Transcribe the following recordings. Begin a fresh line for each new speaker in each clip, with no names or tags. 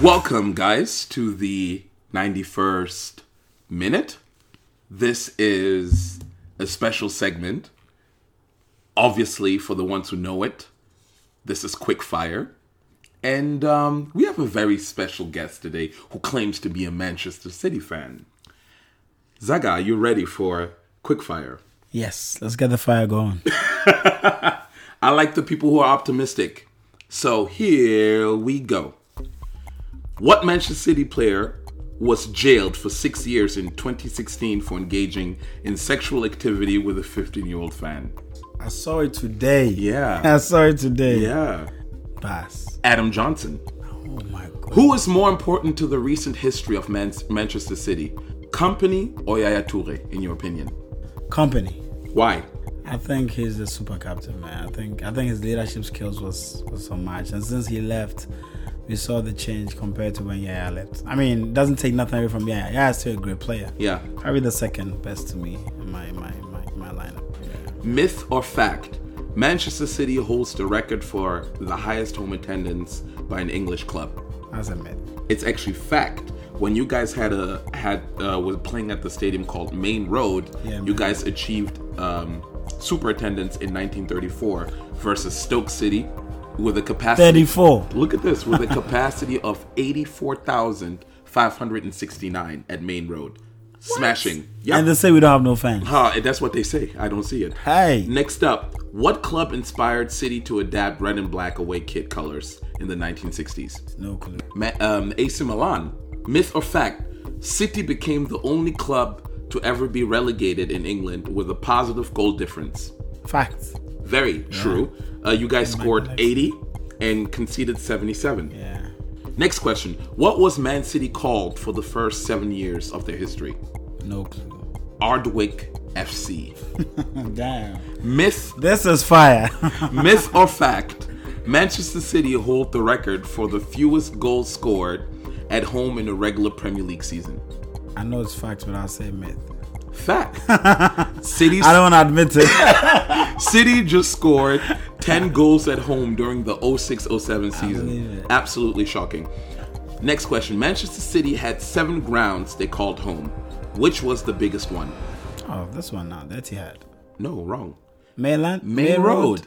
Welcome, guys, to the 91st minute. This is a special segment. Obviously, for the ones who know it, this is Quick Fire. And um, we have a very special guest today who claims to be a Manchester City fan. Zaga, are you ready for Quick Fire?
Yes, let's get the fire going.
I like the people who are optimistic. So here we go. What Manchester City player was jailed for six years in 2016 for engaging in sexual activity with a 15 year old fan?
I saw it today.
Yeah.
I saw it today.
Yeah.
Pass.
Adam Johnson.
Oh my god.
Who is more important to the recent history of Man- Manchester City? Company or Yaya Toure, in your opinion?
Company.
Why?
I think he's the super captain, man. I think I think his leadership skills was was so much, and since he left, we saw the change compared to when Yaya left. I mean, doesn't take nothing away from Yaya. Yaya's still a great player.
Yeah.
Probably the second best to me in my my my, my lineup.
Myth or fact? Manchester City holds the record for the highest home attendance by an English club.
As a myth.
it's actually fact. When you guys had a had uh, were playing at the stadium called Main Road,
Yeah,
you
man.
guys achieved um, super attendance in 1934 versus Stoke City with a capacity.
Thirty-four.
Look at this with a capacity of 84,569 at Main Road, smashing. Yeah,
And they say we don't have no fans.
Ah, and that's what they say. I don't see it.
Hey.
Next up, what club inspired City to adapt red and black away kit colors in the 1960s?
No clue.
Ma- um, AC Milan. Myth or fact, City became the only club to ever be relegated in England with a positive goal difference.
Facts.
Very true. Uh, you guys scored 80 and conceded 77.
Yeah.
Next question What was Man City called for the first seven years of their history?
No clue.
Ardwick FC.
Oh, Damn.
Myth
This is fire.
Myth or fact, Manchester City hold the record for the fewest goals scored at home in a regular Premier League season.
I know it's fact, but I'll say myth.
Fact. City
I don't want to admit it.
City just scored 10 goals at home during the 06-07
believe
season.
it.
Absolutely shocking. Next question. Manchester City had 7 grounds they called home. Which was the biggest one?
oh, this one now. That's Etihad.
No, wrong.
Mainland?
Main, Road.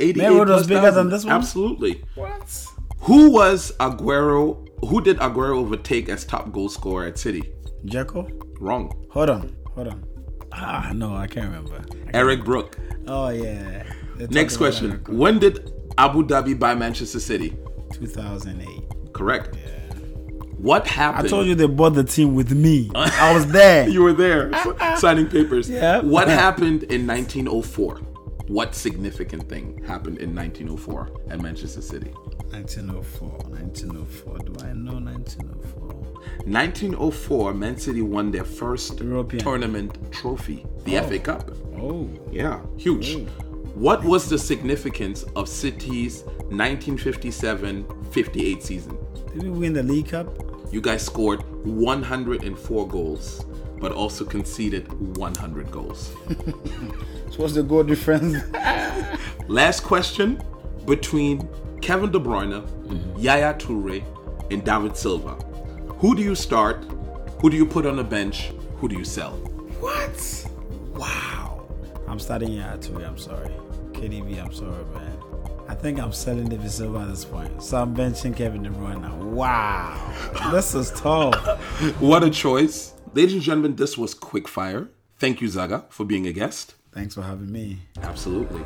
88
Main Road
plus
was bigger
thousand.
than this one?
Absolutely.
What?
Who was Aguero? Who did Aguero overtake as top goal scorer at City?
Jekyll?
Wrong.
Hold on. Hold on. Ah, no, I can't remember.
Eric Brook.
Oh, yeah. They talked
Next
about
question.
that record.
When did Abu Dhabi buy Manchester City?
2008.
Correct. What
I
happened?
told you they bought the team with me. I was there.
You were there s- signing papers.
Yeah.
What happened in 1904? What significant thing happened in 1904 at Manchester City?
1904. 1904. Do I know 1904?
1904, Man City won their first
European.
tournament trophy, the FA Cup.
Oh.
Yeah, huge. What was the significance of City's 1957-58 season?
Did we win the League Cup?
You guys scored 104 goals, but also conceded 100 goals.
So what's the goal difference?
Last question between Kevin De Bruyne, Yaya Toure, and David Silva. Who do you start? Who do you put on the bench? Who do you sell?
What? Wow. I'm starting here at three. I'm sorry. KDB, I'm sorry, man. I think I'm selling David Silva at this point. So I'm benching Kevin De Bruyne now. Wow. this is tough.
What a choice. Ladies and gentlemen, this was Quickfire. Thank you, Zaga, for being a guest.
Thanks for having me.
Absolutely.